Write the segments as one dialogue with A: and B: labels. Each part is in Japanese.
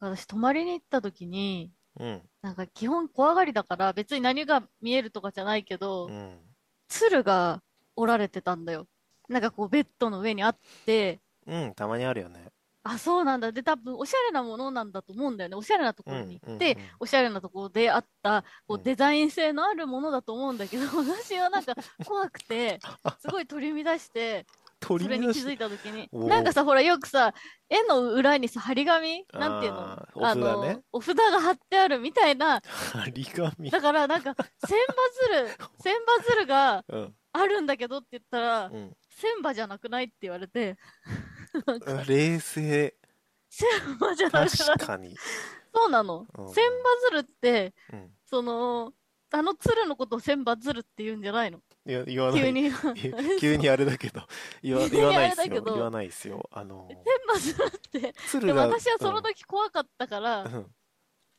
A: 私、泊まりに行った時に、
B: うん。
A: なんか基本怖がりだから、別に何が見えるとかじゃないけど
B: う、ん。
A: 鶴が折られてたんだよ。なんかこう、ベッドの上にあって、
B: うん。たまにあるよね。
A: あ、そうなんだ。で、多分、おしゃれなものなんだと思うんだよね。おしゃれなところに行って
B: うんうんうん、
A: おしゃれなところであった、こ
B: う
A: う、
B: ん
A: デザイン性のあるものだと思うんだけど、 私はなんか怖く て、すごい取り乱して、
B: 鳥
A: それ
B: に
A: に気づいたときに、
B: おー
A: なんかさ、ほら、よくさ、絵の裏にさ、張り紙なんていうの
B: あ
A: あ
B: ーお札ね
A: の、お札が貼ってあるみたい な、
B: 張り紙。
A: だからなんか、千羽鶴、千羽鶴が
B: うん。
A: あるんだけどって言ったら、
B: うん。
A: 千羽じゃなくないって言われて、
B: 冷静。
A: 千羽じゃなくない
B: 確かに。
A: そうなの。
B: うん
A: 千羽鶴って、
B: うん。
A: その、あの鶴のことを千羽鶴って言うんじゃないの
B: いや、言わな
A: 急
B: い。
A: に。
B: 急にあれだけど。言わ、言わないです
A: 急にあれだけ
B: よ。
A: ど
B: 言わないですよ。あの、
A: 千羽鶴って。
B: 鶴
A: で
B: が、
A: 私はその時怖かったから、
B: うん。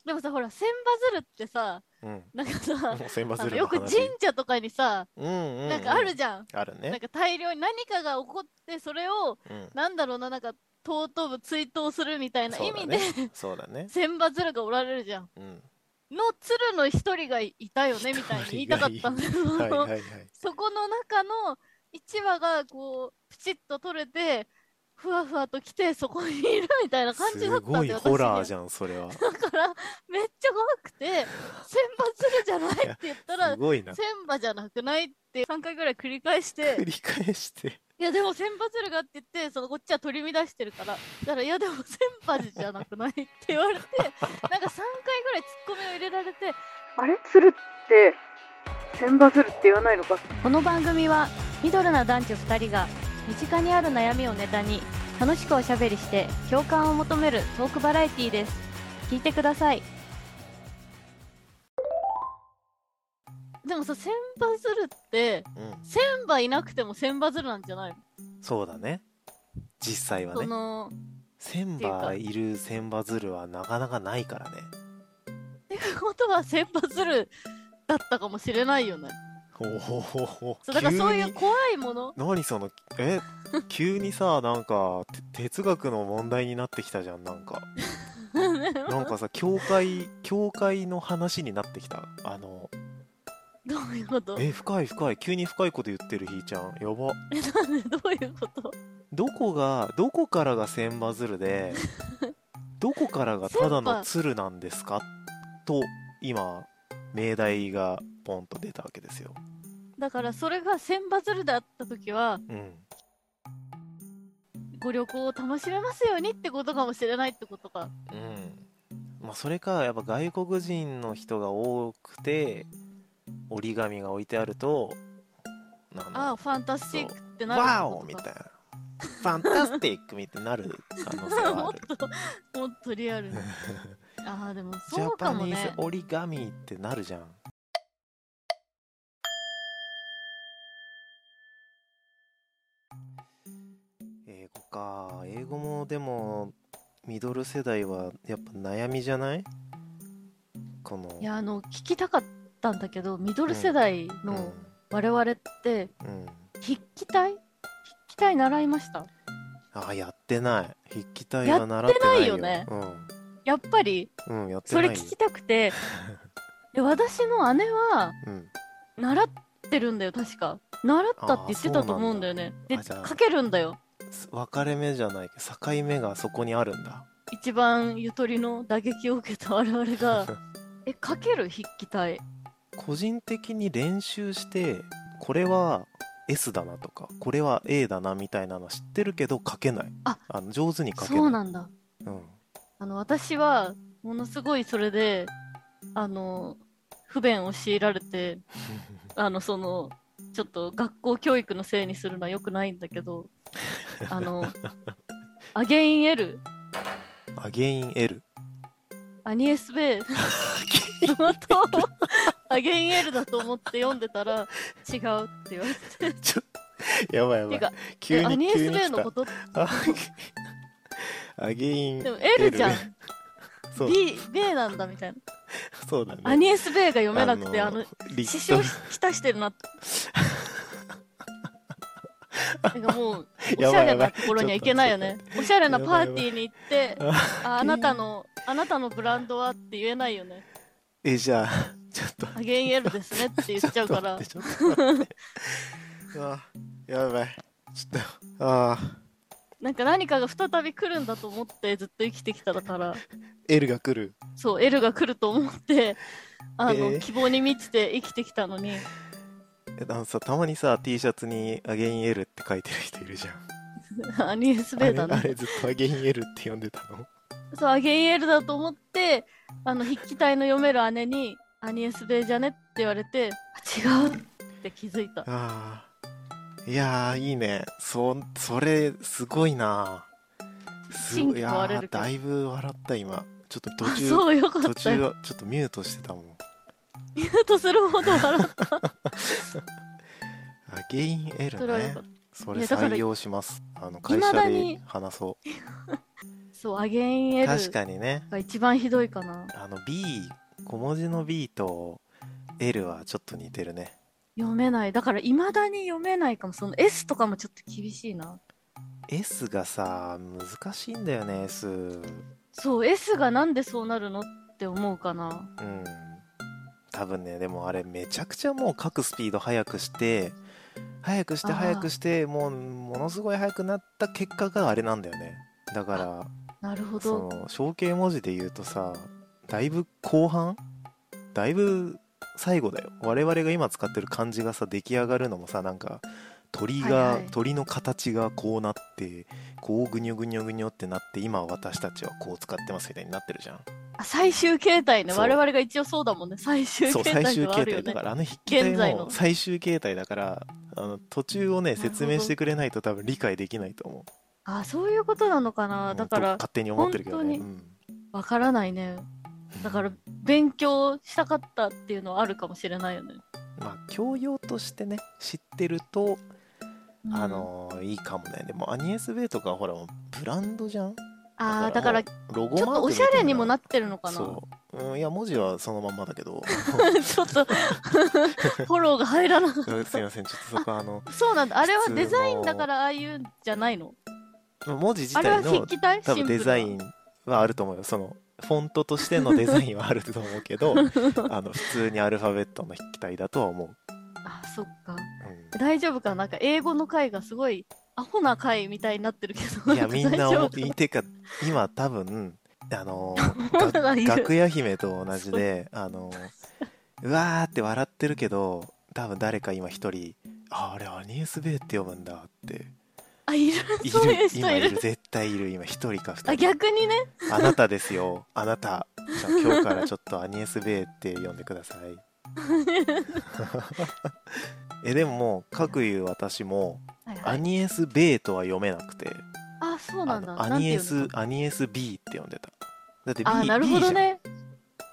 A: でもさ、ほら、千羽鶴ってさ、
B: うん。
A: なんかさ
B: も、う千羽
A: あの
B: 鶴
A: よ
B: の
A: く
B: 話。
A: 神社とかにさ、
B: うんうん。
A: なんかあるじゃん。
B: ゃん。ある
A: なん
B: ね。
A: か大量に何かが起こって、それを、
B: うん。
A: なんだろうな、なんか、尊ぶ、追悼するみたいな
B: そ
A: 意
B: うだ
A: 味
B: ね
A: で、
B: そうだね。
A: 千羽鶴がおられるじゃん。
B: うん。
A: の鶴の一人がいたよね、みたいに言いたかったん だけど、
B: はいはいはい。
A: そこの中の一羽が、こう、プチッと取れて、ふわふわと来て、そこにいるみたいな感じだっ
B: す
A: た
B: ご
A: ん
B: い
A: だよ、
B: ホラーじ
A: ゃん。
B: ゃん、そ れは。
A: だから、めっちゃ怖くて、千羽鶴じゃないって言ったら
B: す、ごいな。
A: 千羽じゃなくないって3回ぐらい繰り返して
B: 繰、り返して。
A: いやでも千羽鶴がって言って、そのこっちは取り乱してるから、だからいやでも千羽じゃなくないって言われて、なんか3回ぐらいツッコミを入れられて、
C: あれ鶴って千羽鶴って言わないのか
A: この番組はミドルな男女2人が身近にある悩みをネタに楽しくおしゃべりして共感を求めるトークバラエティーです。聞いてください。でもさ、千羽鶴って、
B: う
A: 千羽いなくても千羽鶴なんじゃないの
B: ん。そうだね。実際は
A: そ
B: ね。
A: の、
B: 千羽いる千羽鶴はなかなかないからね。
A: ってことは先発するだったかもしれないよね。
B: おお
A: そうだからそういう
B: 急に
A: 怖いもの
B: 何その、え、 急にさ、なんか、て哲学の問題になってきたじゃん、な んか。なんかさ、教会、教会の話になってきた。あの、
A: どういうことえ
B: え、深い深い、急に深いこと言ってるひーちゃん。やば。
A: なんでど ういうこと
B: どこが、どこからが千羽 鶴で、どこからがただの鶴なんですかと、今、命題がポンと出たわけですよ。
A: だからそれが千羽鶴であった時は
B: うん。
A: ご旅行を楽しめますようにってことかもしれないってことか。
B: うん。まあ、それか、やっぱ外国人の人が多くて、折り紙が置いてあると、なんだ
A: ああ、ファンタスティックってなる
B: ワ
A: って
B: オ
A: こ
B: み
A: と
B: た
A: か
B: いな。ファンタスティックみたいになる可能性は
A: も
B: あ
A: っ
B: る。
A: と、もっとリア ルに。ああ、でも
B: ジ
A: そ
B: ャ
A: うか
B: パ
A: も
B: ニーズ
A: ね。
B: 折り紙ってなるじゃん。英語か。英語もでもミドル世代はやっぱ悩みじゃないこの。
A: いや、あの、聞きたかったんだけど、ミドル世代
B: うん、
A: の我々って、
B: うん。
A: 筆記体筆記体習いました
B: あ、やってない。筆記体は習って
A: や
B: な
A: っ
B: い
A: て
B: よ。
A: ないよねやっぱり
B: うん。うん、やって
A: そ
B: ない
A: れ
B: よ。
A: 聞きたく てで私の姉は
B: うん。
A: 習ってるんだよ確か習ったって言ってたと思うんだよね
B: あ
A: で
B: ーそうなんだあじゃあ
A: 書けるんだよ
B: 分かれ目じゃないけど、境目がそこにあるんだ。
A: 一番ゆとりの打撃を受けた我々 がえ書ける筆記体
B: 個人的に練習してこれは S だなとかこれは A だなみたいなの知ってるけど書けない
A: あ
B: の上手に書けない
A: そうなんだ
B: うん
A: あの私はものすごいそれであの不便を強いられてあのそのちょっと学校教育のせいにするのはよくないんだけどあ のアゲインエル
B: アゲイン L
A: アニエス・ベーのことをアゲインエルだと思って読んでたら違うって言われて。
B: ちょやばいやば
A: て
B: い
A: か、
B: 急
A: えアニ
B: に
A: エ
B: 急
A: ス・
B: に
A: ベー
B: 来
A: の
B: た
A: こと
B: あアゲイン
A: でも L じゃん。
B: そう
A: B、ベーなんだみたいな。
B: そうだね
A: アニエス・ベーが読めなくて、
B: あ
A: あ
B: の
A: の、
B: リ
A: 支
B: ット
A: 障きたしてるなって。なんかもう、おし
B: やば
A: ゃ
B: いや
A: れ
B: ば
A: ないところには行けないよね。おしゃれなパーティーに行って、ああなた
B: の
A: の、あなたのブランドはって言えないよね。
B: えじゃあちょっと
A: アゲインエルですねって言っちゃうから。
B: ちょっと待ってちょっと待ってあーやばいちょっとああ
A: なんか何かが再び来るんだと思ってずっと生きてきたから、
B: L が来る
A: そう、L が来ると思って、あの、
B: えー
A: 希望に満ちて生きてきたのに、
B: えあのさたまにさ T シャツに「アゲイン L」って書いてる人いるじゃん
A: アニエスベーダー
B: あ
A: の
B: れあ。れずっと「アゲイン L」って呼んでたの
A: そう、アゲインエルだと思って、あの、筆記体の読める姉に、アニエスベーじゃねって言われて、あ違うって気づいた。
B: ああいやーいいねそそれすごいなす
A: 心
B: ごい
A: 機
B: いや
A: 変われる
B: ー
A: けど
B: だいぶ笑った今ちょっと途
A: あ
B: 中
A: そう、よか
B: 途
A: った
B: 中
A: よ。
B: はちょっとミュートしてたもん
A: ミュートするほど笑っ
B: アゲイン
A: た
B: L
A: らよ
B: ね
A: かった。
B: それ
A: いやだから
B: 採用しますあの会
A: 未
B: 社
A: だに
B: で話そ
A: そう、アゲイン
B: う
A: エル
B: 確かにね
A: が一番ひどいかな。
B: あの B 小文字の B と L はちょっと似てるね
A: 読めない。だから、未だに読めないかも。その S とかもちょっと厳しいな。
B: S がさ難しいんだよね S うん
A: そう、S がなんでそうなるのって思うかな。
B: 多分ねでもあれめちゃくちゃもう書くスピード速くして速くして
A: あー
B: 速くしてもうものすごい速くなった結果があれなんだよねだから
A: なるほ
B: そ
A: ど。
B: の象形文字で言うとさだいぶ後半だいぶ最後だよ我々が今使ってる漢字がさ出来上がるのもさなんか鳥が、
A: はいはい
B: 鳥の形がこうなってこうぐにょぐにょぐにょってなって今私たちはこう使ってますみたいになってる じゃん
A: あ最終形態ね。
B: そう
A: 我々が一応そうだもんね。最終
B: そう
A: 形
B: 最
A: 態で
B: 終
A: は
B: 形
A: あるよ
B: 態だ
A: ね
B: か。らあの筆記
A: 現
B: 体
A: 在
B: も
A: の
B: 最終形態だからあの途中をね
A: なるほど
B: 説明してくれないと多分理解できないと思う
A: あそういうことなのかな。だか
B: うんと
A: ら、
B: 勝手に思ってるけど
A: 本
B: ね
A: 当
B: うん
A: わからないね。だから、勉強したかったっていうのはあるかもしれないよね。
B: まあ教養としてね知ってると
A: うん
B: あ、のーいいかもねでもアニエス・ベイとかほらもうブランドじゃん
A: あーだから、
B: も
A: ち
B: うロ
A: ょ
B: ゴ
A: っ
B: マーク
A: とおしゃれにもな
B: っ
A: ってるのかな。
B: そう、うん、いや文字はそのまんまだけど
A: ちょ っと、フォローが入らなかっ
B: うんすいませんちょっとそこあの
A: た。そうなんだ。あれは
B: 普通の
A: デザインだから、ああいうんじゃないの。
B: 文字自
A: あれは
B: 体
A: 筆
B: の
A: 記体
B: 多
A: シン
B: 分
A: プル
B: デ
A: な
B: ザインはあると思うよそのフォントとしてのデザインはあると思 うけどあの普通にアルファベットの筆記体だとは思う、
A: あ、そっか。
B: う
A: 大丈夫かななんか英語の回がすごいアホな回みたいになってるけ
B: ん、
A: ど。
B: いや
A: か
B: みんな
A: 大丈
B: 思
A: 夫
B: っててか今多分あの
A: かないる
B: 楽屋姫と同じであのうわーって笑ってるけど多分誰か今一人「ああれアニエス・ベイって読むんだ」って
A: あ、いる。
B: い
A: そういう
B: る
A: 人
B: 今
A: い
B: い
A: る。
B: る絶対いる今一人か二
A: あ、
B: 人
A: 逆にね。
B: あなたですよあなたじゃあ今日からちょっとアニエス・ベイって呼んでくださ いえでももう各言う私も
A: はいは
B: ア
A: い
B: ニエス・ベイとは読めなくて
A: あ、そう
B: あ
A: なんだ。
B: の
A: な
B: ア
A: んて
B: ニ
A: い
B: エ
A: うの
B: ス・アニエス・ B って呼んでただって B,
A: あ、なるほ
B: B じゃ
A: ど
B: ん
A: ね。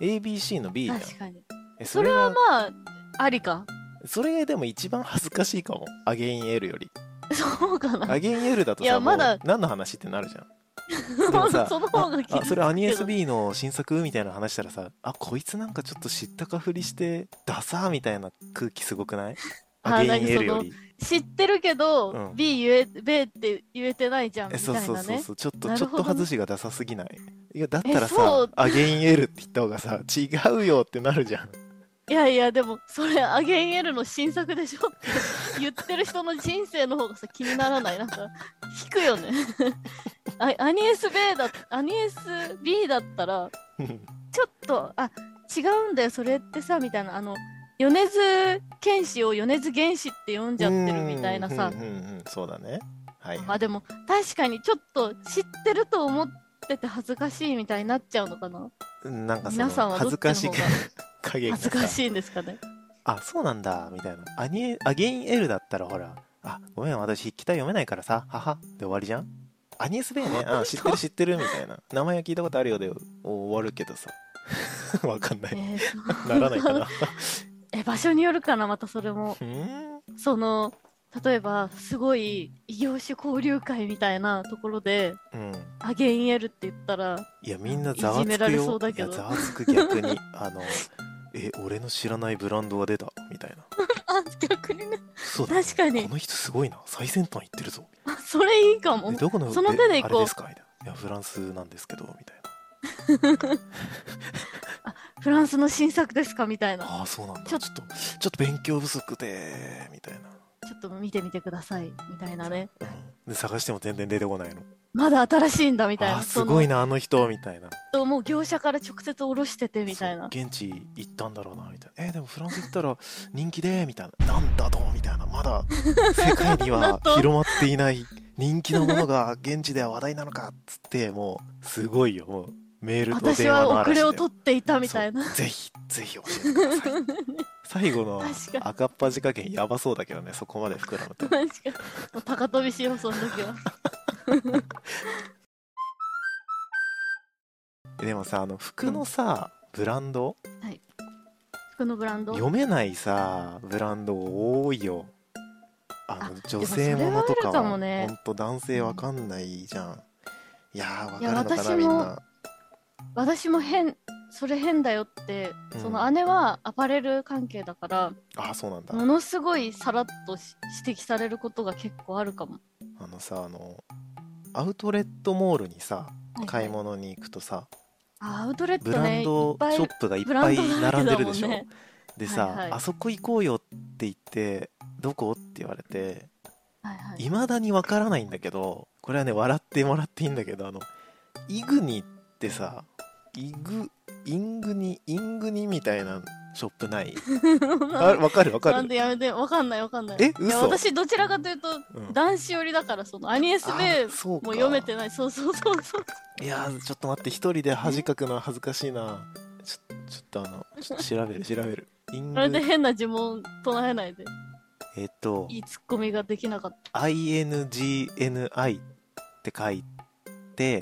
B: ABC の B じゃん
A: 確かに。
B: え
A: それはまあ、ありか。
B: それがでも一番恥ずかしいかもアゲイン L より
A: そうかな。
B: アゲイン L だと
A: い
B: さ
A: や
B: もう
A: まだ
B: 何の話ってなるじゃん でもさ
A: その方が気
B: ああそれアニエス
A: ビ
B: B の新作みたいな話したらさあこいつなんかちょっと知ったかふりしてダサーみたいな空気すごくない
A: あ
B: アゲイン
A: 何
B: L より
A: 知ってるけど、
B: うん
A: B 言え、B って言えてないじゃん、
B: え
A: み
B: そう
A: たい
B: そう
A: な
B: そう
A: ね。
B: そうちょっと、
A: な
B: ちょ
A: る
B: っ
A: ほど
B: と
A: ね
B: 外しがダサすぎないいやだったら
A: えそ
B: さ
A: う
B: アゲイン L って言った方がさ違うよってなるじゃん
A: いやいや、でも、それ、アゲインエルの新作でしょって 言ってる人の人生の方がさ、気にならない。なんか、引くよね。あアニエス B だ、アニエス B だったら、ちょっと、あ、違うんだよ、それってさ、みたいな、あの、米津玄師を米津玄師って呼んじゃってるみたいなさ
B: うん、うんうんうんそうだねはい
A: まあでも、確かにちょっと知ってると思ってて恥ずかしいみたいになっちゃうのかな。
B: なんかその
A: 皆さんはど
B: 恥
A: っ
B: ず
A: ちの
B: か
A: 方
B: しい
A: が
B: 加減が
A: 恥ず
B: さ
A: かしいんですか ね。
B: あそうなんだみたいなアニエアゲイン L だったらほらあごめん私筆記体読めないからさははで終わりじゃんアニエスベイねあ知ってる知ってるみたいな名前は聞いたことあるよで終わるけどさ わかんない
A: えーそう
B: ならないかな
A: え、場所によるかな、またそれも。
B: うーん
A: その、例えば、すごい異業種交流会みたいなところで、
B: うん
A: アゲインエルって言ったら、
B: いやみんなざわつくよ
A: いじめられそうだけど
B: いやざわつく逆にあのえ俺の知らないブランドが出たみたいな
A: 逆にね。
B: そうだ
A: 確かに
B: こ。の人すごいな最先端行ってるぞ
A: あそれいいかも
B: え。どこの
A: その手で行こう
B: あれですかみたいないやフランスなんですけどみたい
A: フランスの新作ですかみたいな。
B: なああそうなんだち
A: ち
B: ょ
A: ょ
B: っとちょっと勉強不足でみたいな、
A: ちょっと見てみてください。みたいなね。
B: うん、で探しても全然出てこないの
A: まだ新しいんだみたい
B: あ
A: な。
B: あすごい
A: な。
B: なあの人みたいな
A: ともう業者から直接下ろしててみたいな。
B: そう現地行ったんだろうなみたいなえーでもフランス行ったら人気でみたいななんだとみたいなまだ世界 に
A: なん
B: は
A: だと
B: 広まっていない人気のものが現地では話題なのかっつってもうすごいよもうメールと
A: 私
B: 電話
A: は
B: の
A: 遅
B: 嵐
A: れ
B: で
A: を取っていたみたいな
B: そ。うぜひぜひ教えて ください最後の
A: 確かに
B: 赤っ端加減やばそうだけどねそこまで膨らむ と
A: 確かに。もう高飛びしよう、その時は。
B: でもさあの服のさブランド
A: 服のブランド。
B: 読めないさブランド多いよあの
A: あ
B: 女性ものと
A: でもそれはあ
B: か
A: るか
B: は
A: もね
B: ほんと男性わかんないじゃんいやーわ
A: いや
B: かるのか
A: 私
B: な
A: も
B: みんな
A: 私も変、それ変だよって、
B: うん
A: その姉はアパレル関係だから、
B: あそうなんだ
A: ものすごいさらっとし指摘されることが結構あるかも。
B: あのさあのアウトレットモールにさ
A: はい
B: 買い物に行くとさ
A: あアウトレット
B: ブラ
A: ね、い
B: ン
A: っ
B: ド
A: ぱい
B: ショップがいっ
A: ブラ
B: ぱ
A: ン
B: い
A: ドだら
B: 並
A: け
B: ん
A: だも
B: でる
A: んね
B: でしょでさ、
A: はいはい
B: あそこ行こうよって言ってどこって言われて
A: はいはい
B: いまだにわからないんだけどこれはね笑ってもらっていいんだけどあのイグニってさイグイングニイングニみたいなショップない あわかる
A: な
B: わか
A: ん
B: る
A: でやめて、わかんないわかんない。
B: え
A: いや
B: 嘘
A: 私どちらかというと、
B: うん
A: 男子寄りだから、そのアニエスベ
B: あそうか
A: もう読めてない。そうそうそうそう。
B: いやーちょっと待って一人で恥かくのは恥ずかしいなちょちょっとあのちょっと調べる調べるイン
A: あれで
B: グ
A: 変な呪文唱えないで、
B: えっと
A: いいツッコミができなかった。
B: INGNI って書いて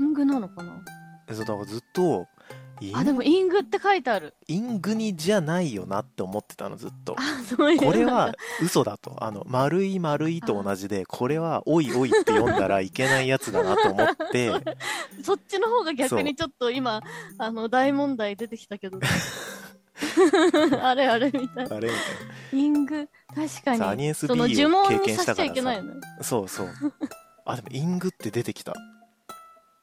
A: イングなのかな
B: えそうだからずっとイ
A: あ、で
B: ン
A: もイングって書いてある。
B: イングニじゃないよなって思ってたのずっと
A: あ、そういう。
B: これ
A: なん
B: は
A: か
B: 嘘だとあの丸い丸いと同じでこれは「おいおい」って読んだらいけないやつだなと思って
A: そっちの方が逆にちょっと今、あの、大問題出てきた けど。あれあれみたいな。
B: あれみ
A: イング、確
B: たいなさ
A: か
B: アニ
A: に。
B: エス
A: その
B: B
A: 呪
B: を
A: 文
B: 経
A: に
B: 験
A: さ
B: した
A: せち
B: か
A: ゃい
B: ら
A: けない
B: さ
A: よね。
B: そうそうあでもイングって出てきた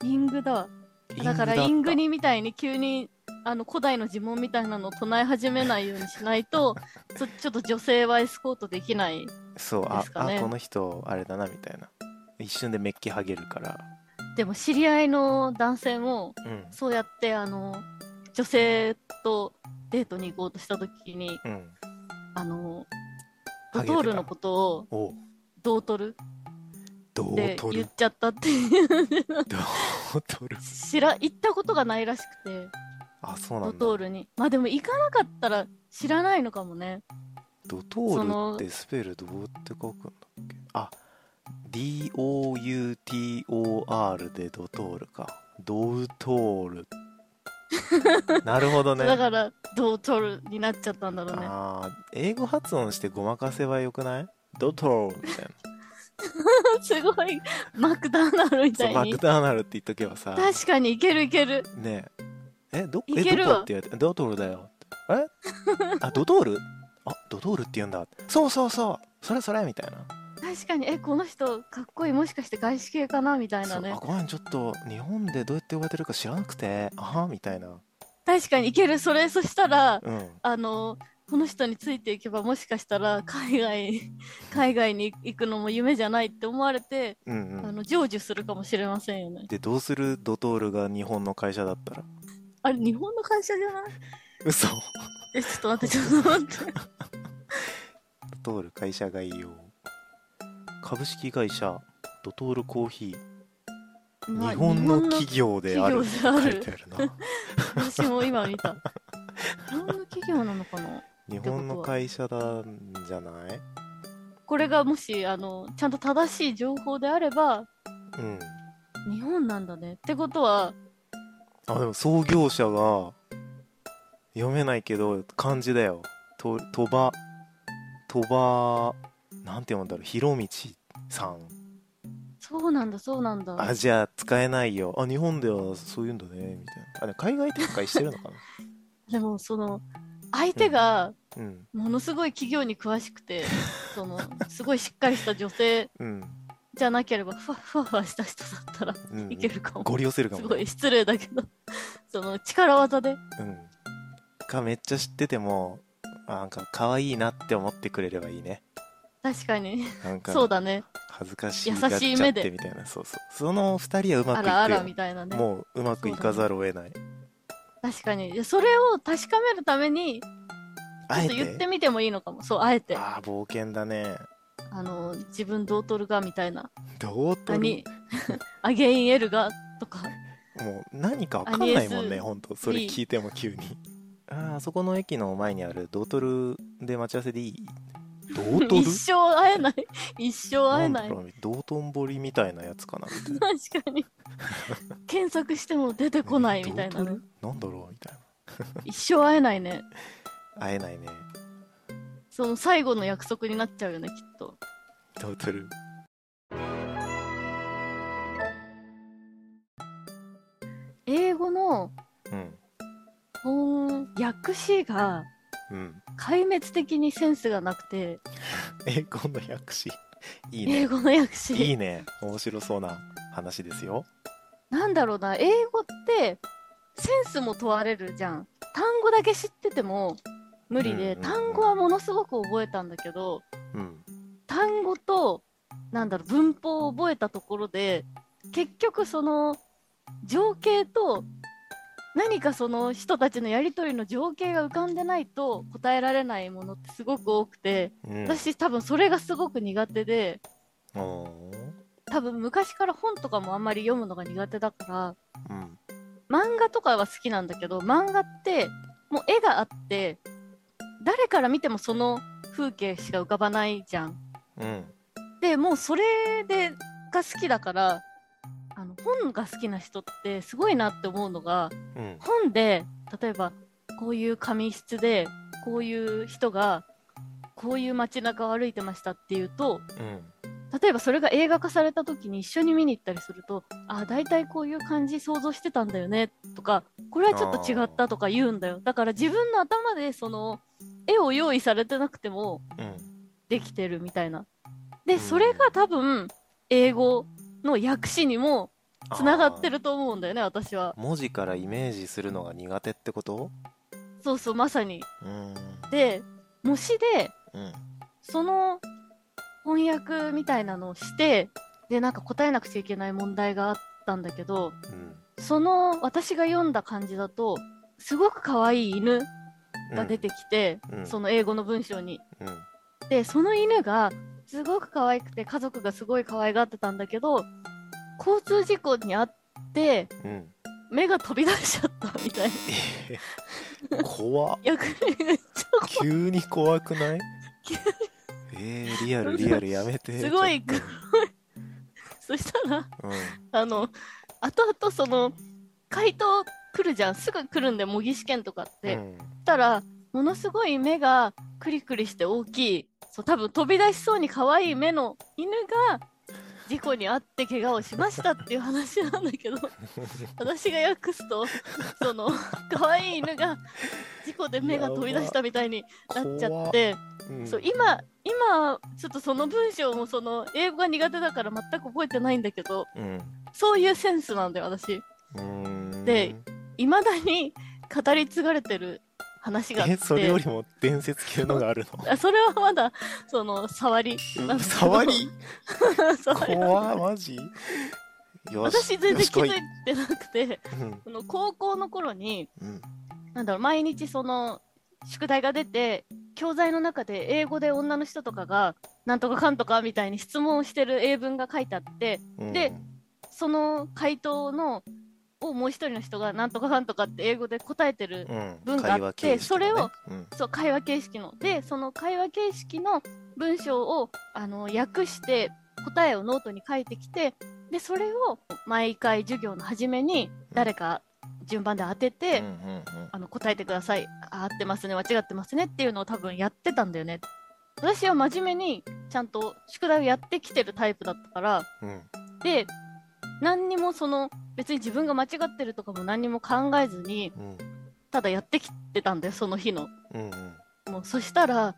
A: イングだわ。
B: イング
A: だから
B: った
A: イングニみたいに急にあの古代の呪文みたいなのを唱え始めないようにしない とそちょっと女性はエスコートできない
B: そうあ,、
A: ですかね
B: あこの人あれだなみたいな一瞬でメッキ剥げるから
A: でも知り合いの男性も
B: うん
A: そうやってあの女性とデートに行こうとした時に
B: うん
A: あのド
B: ハゲてた
A: トールのことを
B: おう
A: ドートル
B: ど
A: っ
B: う
A: て
B: 取
A: 言っ
B: る
A: ちゃったっていう
B: どう取る
A: 知ら行ったことがないらしくて
B: あそうな
A: ド
B: んだ
A: トールにまあでも行かなかったら知らないのかもね
B: ドトールってスペルどうって書くんだっけあ DOUTOR でドトールかドウトー ルなるほどね
A: だからドートルになっちゃったんだろうね
B: あー英語発音してごまかせばよくないドトールみ たいな
A: すごい、マクダーナルみ
B: そ
A: た
B: うマ
A: い
B: ク
A: に。
B: ダーナルって言っとけばさ
A: 確かにいけるいける。
B: ねええどえ
A: いける
B: どこ
A: わ
B: って言われてドトールだよえあドトールあドトールって言うんだそうそうそうそれそれみたいな
A: 確かに、え、この人、かっこいい、もしかして外資系かなみたい
B: そ
A: な
B: う
A: ね
B: あ。ごめんちょっと日本でどうやって呼ばれてるか知らなくてあはみたいな
A: 確かにいける、それ、そしたら、
B: うん
A: あの、この人についていけば、もしかしたら、海外、海外に行くのも夢じゃないって思われて、
B: うんう
A: あ
B: ん
A: の、成就するかもしれませんよね。
B: でどうするドトールが日本の会社だったら
A: あれ、日本の会社じゃない
B: 嘘ド
A: え、ちょっと待って、ちょっと待って。
B: トール会社概要株式会社ドトールコーヒー日本の企業であるって
A: 企
B: 書
A: 業である
B: いてある な
A: 私も今見た。日本の企業なのかな
B: 日本の会社なんじゃない
A: これがもしあのちゃんと正しい情報であれば
B: うん
A: 日本なんだねってことは
B: あでも創業者が読めないけど漢字だよと鳥羽鳥羽なんて読むんだろう広道さん
A: そうなんだそうなんだ
B: あじゃあ使えないよあ 日本ではそういうんだねみたいなあでも海外展開してるのかな
A: でもその相手が
B: うん
A: ものすごい企業に詳しく て、そのすごいしっかりした女性
B: うん
A: じゃなければふわふわふわした人だったら
B: うん
A: いけるかも。
B: ご利用せるか
A: す
B: も
A: ごい失礼だけど、その力技で。
B: うんがめっちゃ知っててもあなんか可愛いなって思ってくれればいいね
A: 確かに。
B: なんか
A: そうだね。
B: 恥ずかしがっちゃっ
A: 優しい目で
B: てみたいなそうそうその二人はうまくい
A: あ
B: くよ
A: らあらみたいなね。
B: もううまくいかざるを得ない、
A: 確かに。いやそれを確かめるために、ちょっ
B: あ
A: と
B: えて
A: 言ってみてもいいのかも。そう、あえて。
B: ああ冒険だね
A: あの、自分どう取るかみたい な。
B: どうとり
A: 何アゲインエルがとか。
B: もう何かわかんないもん
A: アニエ
B: ね
A: ス
B: 本当それ聞いても急にあーあそこの駅の前にあるドートルで待ち合わせでいいドート ル
A: 一生会えない。一生会えない。
B: んだ
A: 確
B: ろう道頓堀みたいなやつかなみたいな
A: か に。検索しても出てこないみたいな
B: ド
A: ね
B: ート。ルなんだろうみたい
A: 一生会えないね。
B: な会えないね
A: その最後の約束になっちゃうよね、きっと。
B: ドートル
A: 英語の
B: うん
A: 翻訳詞が
B: うん
A: 壊滅的にセンスがなくて、
B: え今度百詞いい
A: 英
B: ね
A: 語の訳詞。
B: いいね面白そうな話ですよ
A: なんだろうな、英語ってセンスも問われるじゃん。単語だけ知ってても無理で、
B: うんうんうん
A: 単語はものすごく覚えたんだけど、
B: うん
A: 単語と、なんだろう、文法を覚えたところで、結局その情景と、何かその人たちのやりとりの情景が浮かんでないと答えられないものってすごく多くて、
B: うん
A: 私多分それがすごく苦手で、
B: おー
A: 多分昔から本とかもあんまり読むのが苦手だから、
B: うん
A: 漫画とかは好きなんだけど漫画ってもう絵があって誰から見てもその風景しか浮かばないじゃん。
B: うん
A: でもうそれでが好きだからあの本が好きな人ってすごいなって思うのが
B: うん
A: 本で例えばこういう紙質でこういう人がこういう街中を歩いてましたっていうと
B: うん
A: 例えばそれが映画化された時に一緒に見に行ったりするとあだいたいこういう感じ想像してたんだよねとかこれはちょっと違ったとか言うんだよだから自分の頭でその絵を用意されてなくても
B: うん
A: できてるみたいな
B: う
A: で
B: ん
A: それが多分英語の訳詞にもつながって
B: あー
A: ると思うんだよね私は
B: 文字からイメージするのが苦手ってこと
A: そうそうまさに
B: うーん
A: で模試で
B: うん
A: その翻訳みたいなのをしてでなんか答えなくちゃいけない問題があったんだけどその私が読んだ感じだとすごく可愛い犬
B: うん
A: が出てきて、
B: うん
A: その英語の文章に。
B: うん
A: でその犬がすごく可愛くて家族がすごい可愛がってたんだけど交通事故に遭って
B: うん
A: 目が飛び出しちゃったみたいな。
B: えー怖っ
A: 逆にめっちゃ
B: 急に怖 くないえー、リアルリアルやめて
A: すごい
B: ちょっ
A: そしたら
B: とうん
A: あの後々その回答来るじゃんすぐ来るんで模擬試験とかって。
B: うん
A: ったらものすごい目がクリクリして大きいそう多分飛び出しそうに可愛い目の犬が事故に遭って怪我をしましたっていう話なんだけど 私が訳すとその可愛い犬が事故で目が飛び出したみたいになっちゃって
B: うん
A: そう今今ちょっとその文章もその英語が苦手だから全く覚えてないんだけど
B: うん
A: そういうセンスなんだよ私
B: うーん
A: でいまだに語り継がれてる話があって
B: えそれよりも伝説級のがある
A: あそれはまだその触り な
B: の
A: んだけど
B: 触り
A: 触り
B: 怖っマジよし
A: 私全
B: よ
A: 然
B: し
A: 気
B: 来
A: づいてなくて
B: うん
A: その高校の頃に
B: うん
A: なんだろう毎日その宿題が出て教材の中で英語で女の人とかがなんとかかんとかみたいに質問をしてる英文が書いてあって
B: うん
A: でその回答のをもう一人の人がなんとかかんとかって英語で答えてる
B: うん
A: 文があって
B: 会話形式のね
A: それを
B: うん
A: そう会話形式のでその会話形式の文章をあの訳して答えをノートに書いてきてでそれを毎回授業の初めに誰か順番で当てて、
B: うんうんうん
A: あの答えてくださいあ合ってますね間違ってますねっていうのを多分やってたんだよね私は真面目にちゃんと宿題をやってきてるタイプだったから
B: うん
A: で何にもその別に自分が間違ってるとかも何にも考えずに
B: うん
A: ただやってきてたんだよその日の
B: うんうん
A: もうそしたら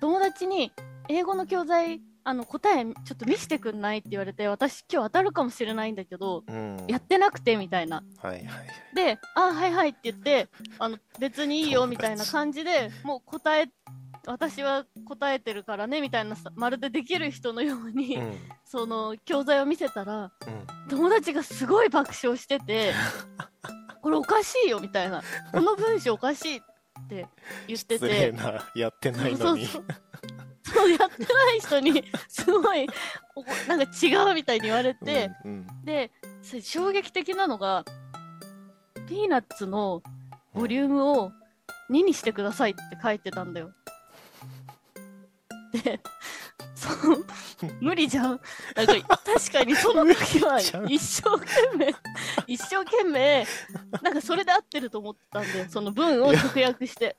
A: 友達に英語の教材あの答えちょっと見せてくんないって言われて私今日当たるかもしれないんだけど
B: うん
A: やってなくてみたいな
B: はいはい
A: で「あはいはい」って言ってあの別にいいよみたいな感じでもう答え私は答えてるからねみたいなさまるでできる人のように、
B: うんうん
A: その教材を見せたら友達がすごい爆笑して てこれおかしいよみたいなこの文章おかしいって言って
B: 失
A: て
B: 礼なやってない
A: そ
B: の
A: う
B: に
A: そうそうやってない人 にすごいおこなんか違うみたいに言われて、
B: うんうん
A: でそれ衝撃的なのがピーナッツのボリュームを2にしてくださいって書いてたんだよ。で、そう、無理じゃん。なんか、確かにその時は
B: 無理じゃん
A: 一生懸命、一生懸命、なんかそれで合ってると思ってたんだよ。その文を直訳して。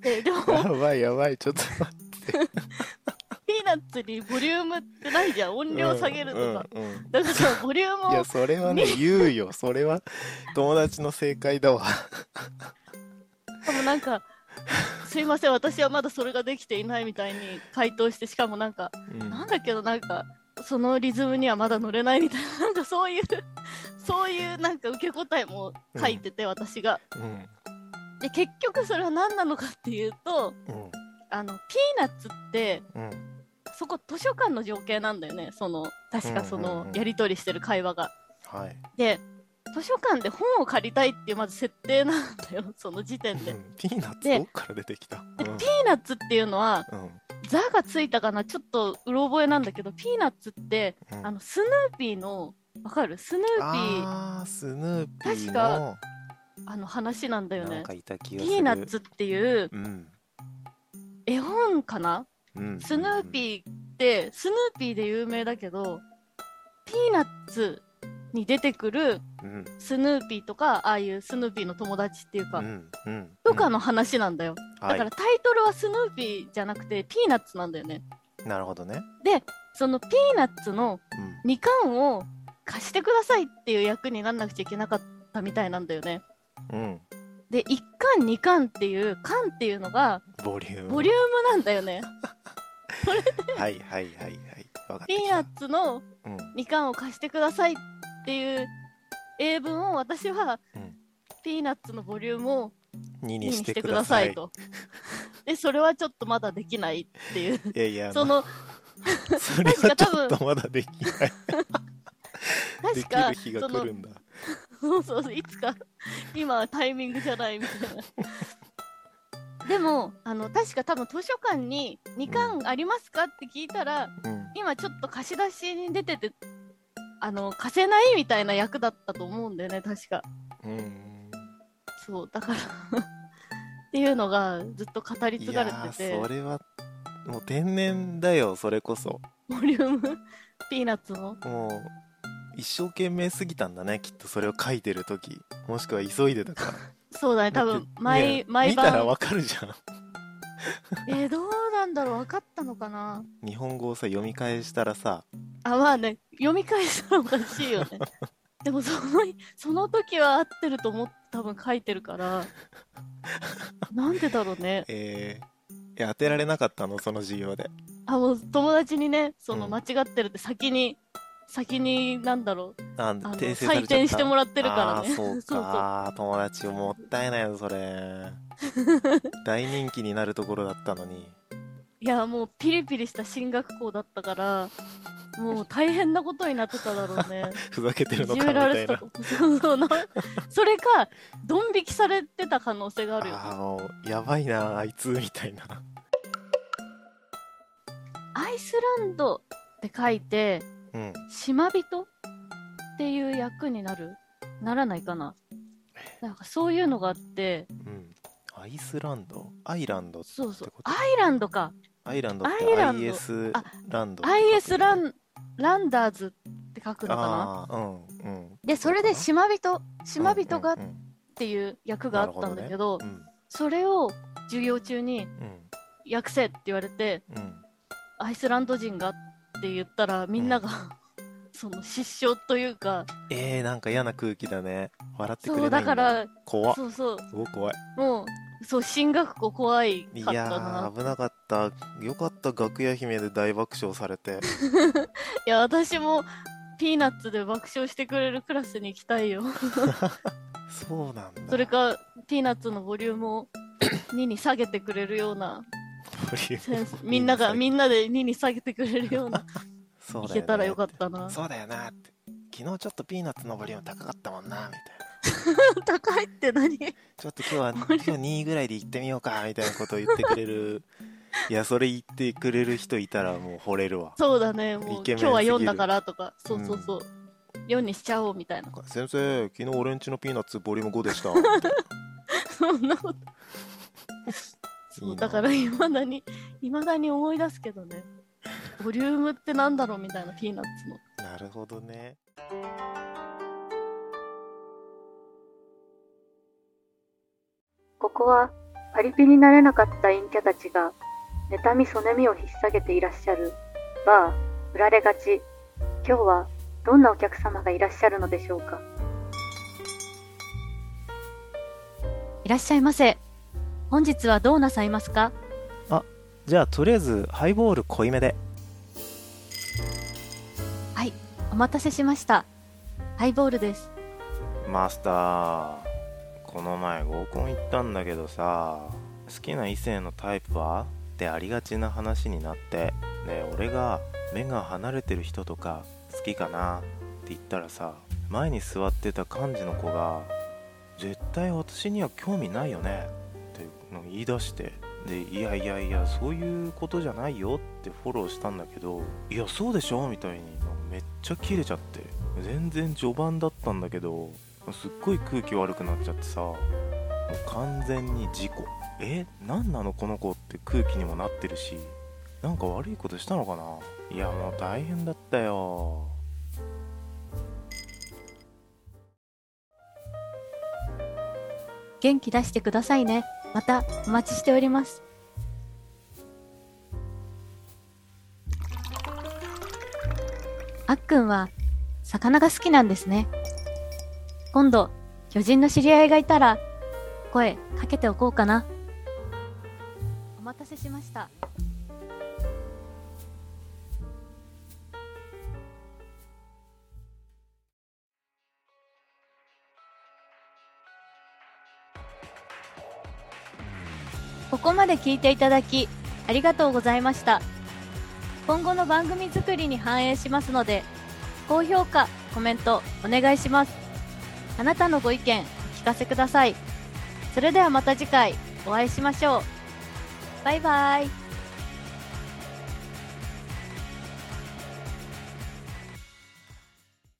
A: で、でも、ピ
B: やばいやばいちょっと待って
A: ーナッツにボリュームってないじゃん。音量下げるとか。
B: うんうんうん
A: だから さ、ボリューム
B: い
A: を
B: やそれはね言うよそれは友達の正解だわ
A: しかもなんか、すいません、私はまだそれができていないみたいに回答して、しかもなんか、
B: うん
A: なんだけどなんか、そのリズムにはまだ乗れないみたいな、 なんかそういう、そういうなんか受け答えも書いてて、私が。
B: うん
A: で、結局それは何なのかっていうと、
B: うん
A: あの、ピーナッツって、
B: うん
A: そこ図書館の情景なんだよね、その、確かそ
B: うんうん
A: の
B: うん、
A: やり取りしてる会話が。
B: はい
A: で、図書館で本を借りたいっていうまず設定なんだよ、 その時点で。で、
B: うんピーナッツ
A: で
B: どっから出てきた
A: ピーナッツっていうのは、
B: うんうん
A: ザがついたかなちょっとうろ覚えなんだけど、ピーナッツって、
B: うん
A: あの、スヌーピーの、わかるスヌーピー、あ
B: あースヌーピー
A: 確
B: の
A: かの話なんだよ
B: な
A: ね
B: ん。かいた
A: ピ
B: 気がする
A: ーナッツっていう
B: うん
A: 絵本かな、
B: うん
A: スヌーピーって、スヌーピーで有名だけど、ピーナッツに出てくる
B: うん
A: スヌーピーとか、ああいうスヌーピーの友達っていうか、
B: うんうん
A: とかの話なんだよ。
B: うん
A: だからタイトルはスヌーピーじゃなくて、ピーナッツなんだよね。
B: はいなるほどね
A: で、そのピーナッツの
B: うん
A: 2巻を貸してくださいっていう役になんなくちゃいけなかったみたいなんだよね。
B: うん、
A: で、1巻、2巻っていう、巻っていうのが、
B: ボリューム。
A: ボリュームなんだよね。
B: はいはいはいはい。わかって
A: ピ
B: き
A: ー
B: た
A: ナッツの
B: うん、
A: 2巻を貸してくださいっていう英文を私は、
B: うん
A: ピーナッツのボリュームを
B: 2
A: 2
B: に
A: に
B: し
A: してて
B: く
A: く
B: だ
A: だ
B: さ
A: さ
B: い。
A: いと。で、それはちょっとまだできないっていう、
B: いやいや、
A: そ
B: ま
A: の、
B: あそれは
A: 確か
B: ち
A: 多
B: ょっ
A: 分
B: とまだできない。で
A: 確
B: き
A: か
B: る、日が
A: そ
B: 来
A: の
B: る、んだ。
A: そうそうそう、いつか、今はタイミングじゃないみたい な。でも、あの、確か多分図書館に2巻ありますかって聞いたら、
B: うん、
A: 今ちょっと貸し出しに出てて、あの、貸せないみたいな役だったと思うんだよね、確か。
B: うん、
A: そう、だから。っていうのがずっと語り
B: い
A: 継が
B: や
A: れて
B: ーそ
A: て、
B: れはもう天然だよそれこそ
A: ボリューム、ピーナッツの。
B: もう一生懸命すぎたんだねきっとそれを書いてる時もしくは急いでたから
A: そうだね、多
B: だって
A: 分
B: ね
A: 毎、毎
B: 見たら
A: 晩。
B: わかるじゃん
A: えー、どうなんだろう、分かったのかな。
B: 日本語をさ読み返したらさ
A: あ、まあね、読み返したらおかしいよ ね。でもその、その時は合ってると思って多分書いてるから、なんでだろうね。
B: えー、いや当てられなかったのその授業で
A: あ、もう友達にね、そうの
B: ん
A: 間違ってるって先に、先に、なんだろう、
B: あ
A: あの、
B: 訂正され
A: 採
B: ちゃっ
A: 点
B: た
A: してもらってるから
B: あ
A: ね。
B: ーそう か友達もったいないよそれ大人気になるところだったのに
A: いや、もうピリピリした進学校だったから、もう大変なことになってただろう ね。
B: ふざけて
A: い
B: るの
A: じ
B: かみ
A: めら
B: た
A: れ
B: い
A: てた
B: な
A: かも。 そうそうな。それか、ドン引きされてた可能性があるよね。
B: ああもうやばいなあいつみたいな
A: アイスランドって書いて、
B: うん
A: 島人っていう役になるならないかななんかそういうのがあって
B: うんアイスランドアイランドって
A: そうそう
B: こと
A: アイランドか
B: アイランドって
A: アイランド
B: IS
A: あ
B: ランド
A: IS ランランダーズって書くのかな
B: ああーうんうん
A: でそれで島人島人がっ
B: うん
A: ていう役があったんだけど,、
B: うん
A: それを授業中に
B: うん
A: 訳せって言われて
B: うんうん
A: アイスランド人がって言ったらみんなが、 その失笑というか
D: えー、なんか嫌な空気だね笑ってく
A: そ
D: れな
A: うだ
D: いんだ
A: から
D: 怖っ
A: そうそう
D: すごい怖い
A: もうそう進学校怖い
D: い
A: かった
D: や
A: な
D: ー危なかったよかった楽屋姫で大爆笑され て
A: いや私もピーナッツで爆笑してくれるクラスに行きたいよ
D: そうなんだ
A: それかピーナッツのボリューム を2に下げてくれるような
D: ボリューム
A: 先生みんながみんなで2に下げてくれるような
D: そう
A: い
D: だよ
A: け
D: ね
A: たらよかったな
D: そうだよなって昨日ちょっとピーナッツのボリューム高かったもんなみたいな
A: 高いって何
D: ちょっと今日 は今日2位ぐらいで行ってみようかみたいなことを言ってくれ るいやそれ言ってくれる人いたらもう惚れるわ
A: そうだねもう
D: イケメン
A: 今日
D: すぎる
A: は4だからとかそうそうそう、4にしちゃおうみたいな
D: 先生昨日俺んちのピーナッツボリューム5でしたみたいな
A: そんなことそう
D: いいな
A: だからいまだにいまだに思い出すけどねボリュームってなんだろうみたいなピーナッツの
D: なるほどね
E: ここはパリピになれなかった陰キャたちが妬みそねみを引っ提げていらっしゃるバー売られがち今日はどんなお客様がいらっしゃるのでしょうか
F: いらっしゃいませ。本日はどうなさいますか
D: じゃあとりあえずハイボール濃いめで
F: お待たせしました。ハイボールです。
B: マスターこの前合コン行ったんだけどさ好きな異性のタイプはってありがちな話になってで俺が目が離れてる人とか好きかなって言ったらさ前に座ってた幹事の子が「絶対私には興味ないよね」っての言い出してで「いやいやいやそういうことじゃないよ」ってフォローしたんだけど「いやそうでしょ」みたいにめっちゃキレちゃって全然序盤だったんだけどすっごい空気悪くなっちゃってさもう完全に事故え何なのこの子って空気にもなってるしなんか悪いことしたのかないやもう大変だったよ
F: 元気出してくださいね。またお待ちしております。あっくんは魚が好きなんですね。今度、巨人の知り合いがいたら、声かけておこうかな。お待たせしました。ここまで聞いていただき、ありがとうございました。今後の番組作りに反映しますので、高評価、コメント、お願いします。あなたのご意見、お聞かせください。それではまた次回、お会いしましょう。バイバイ。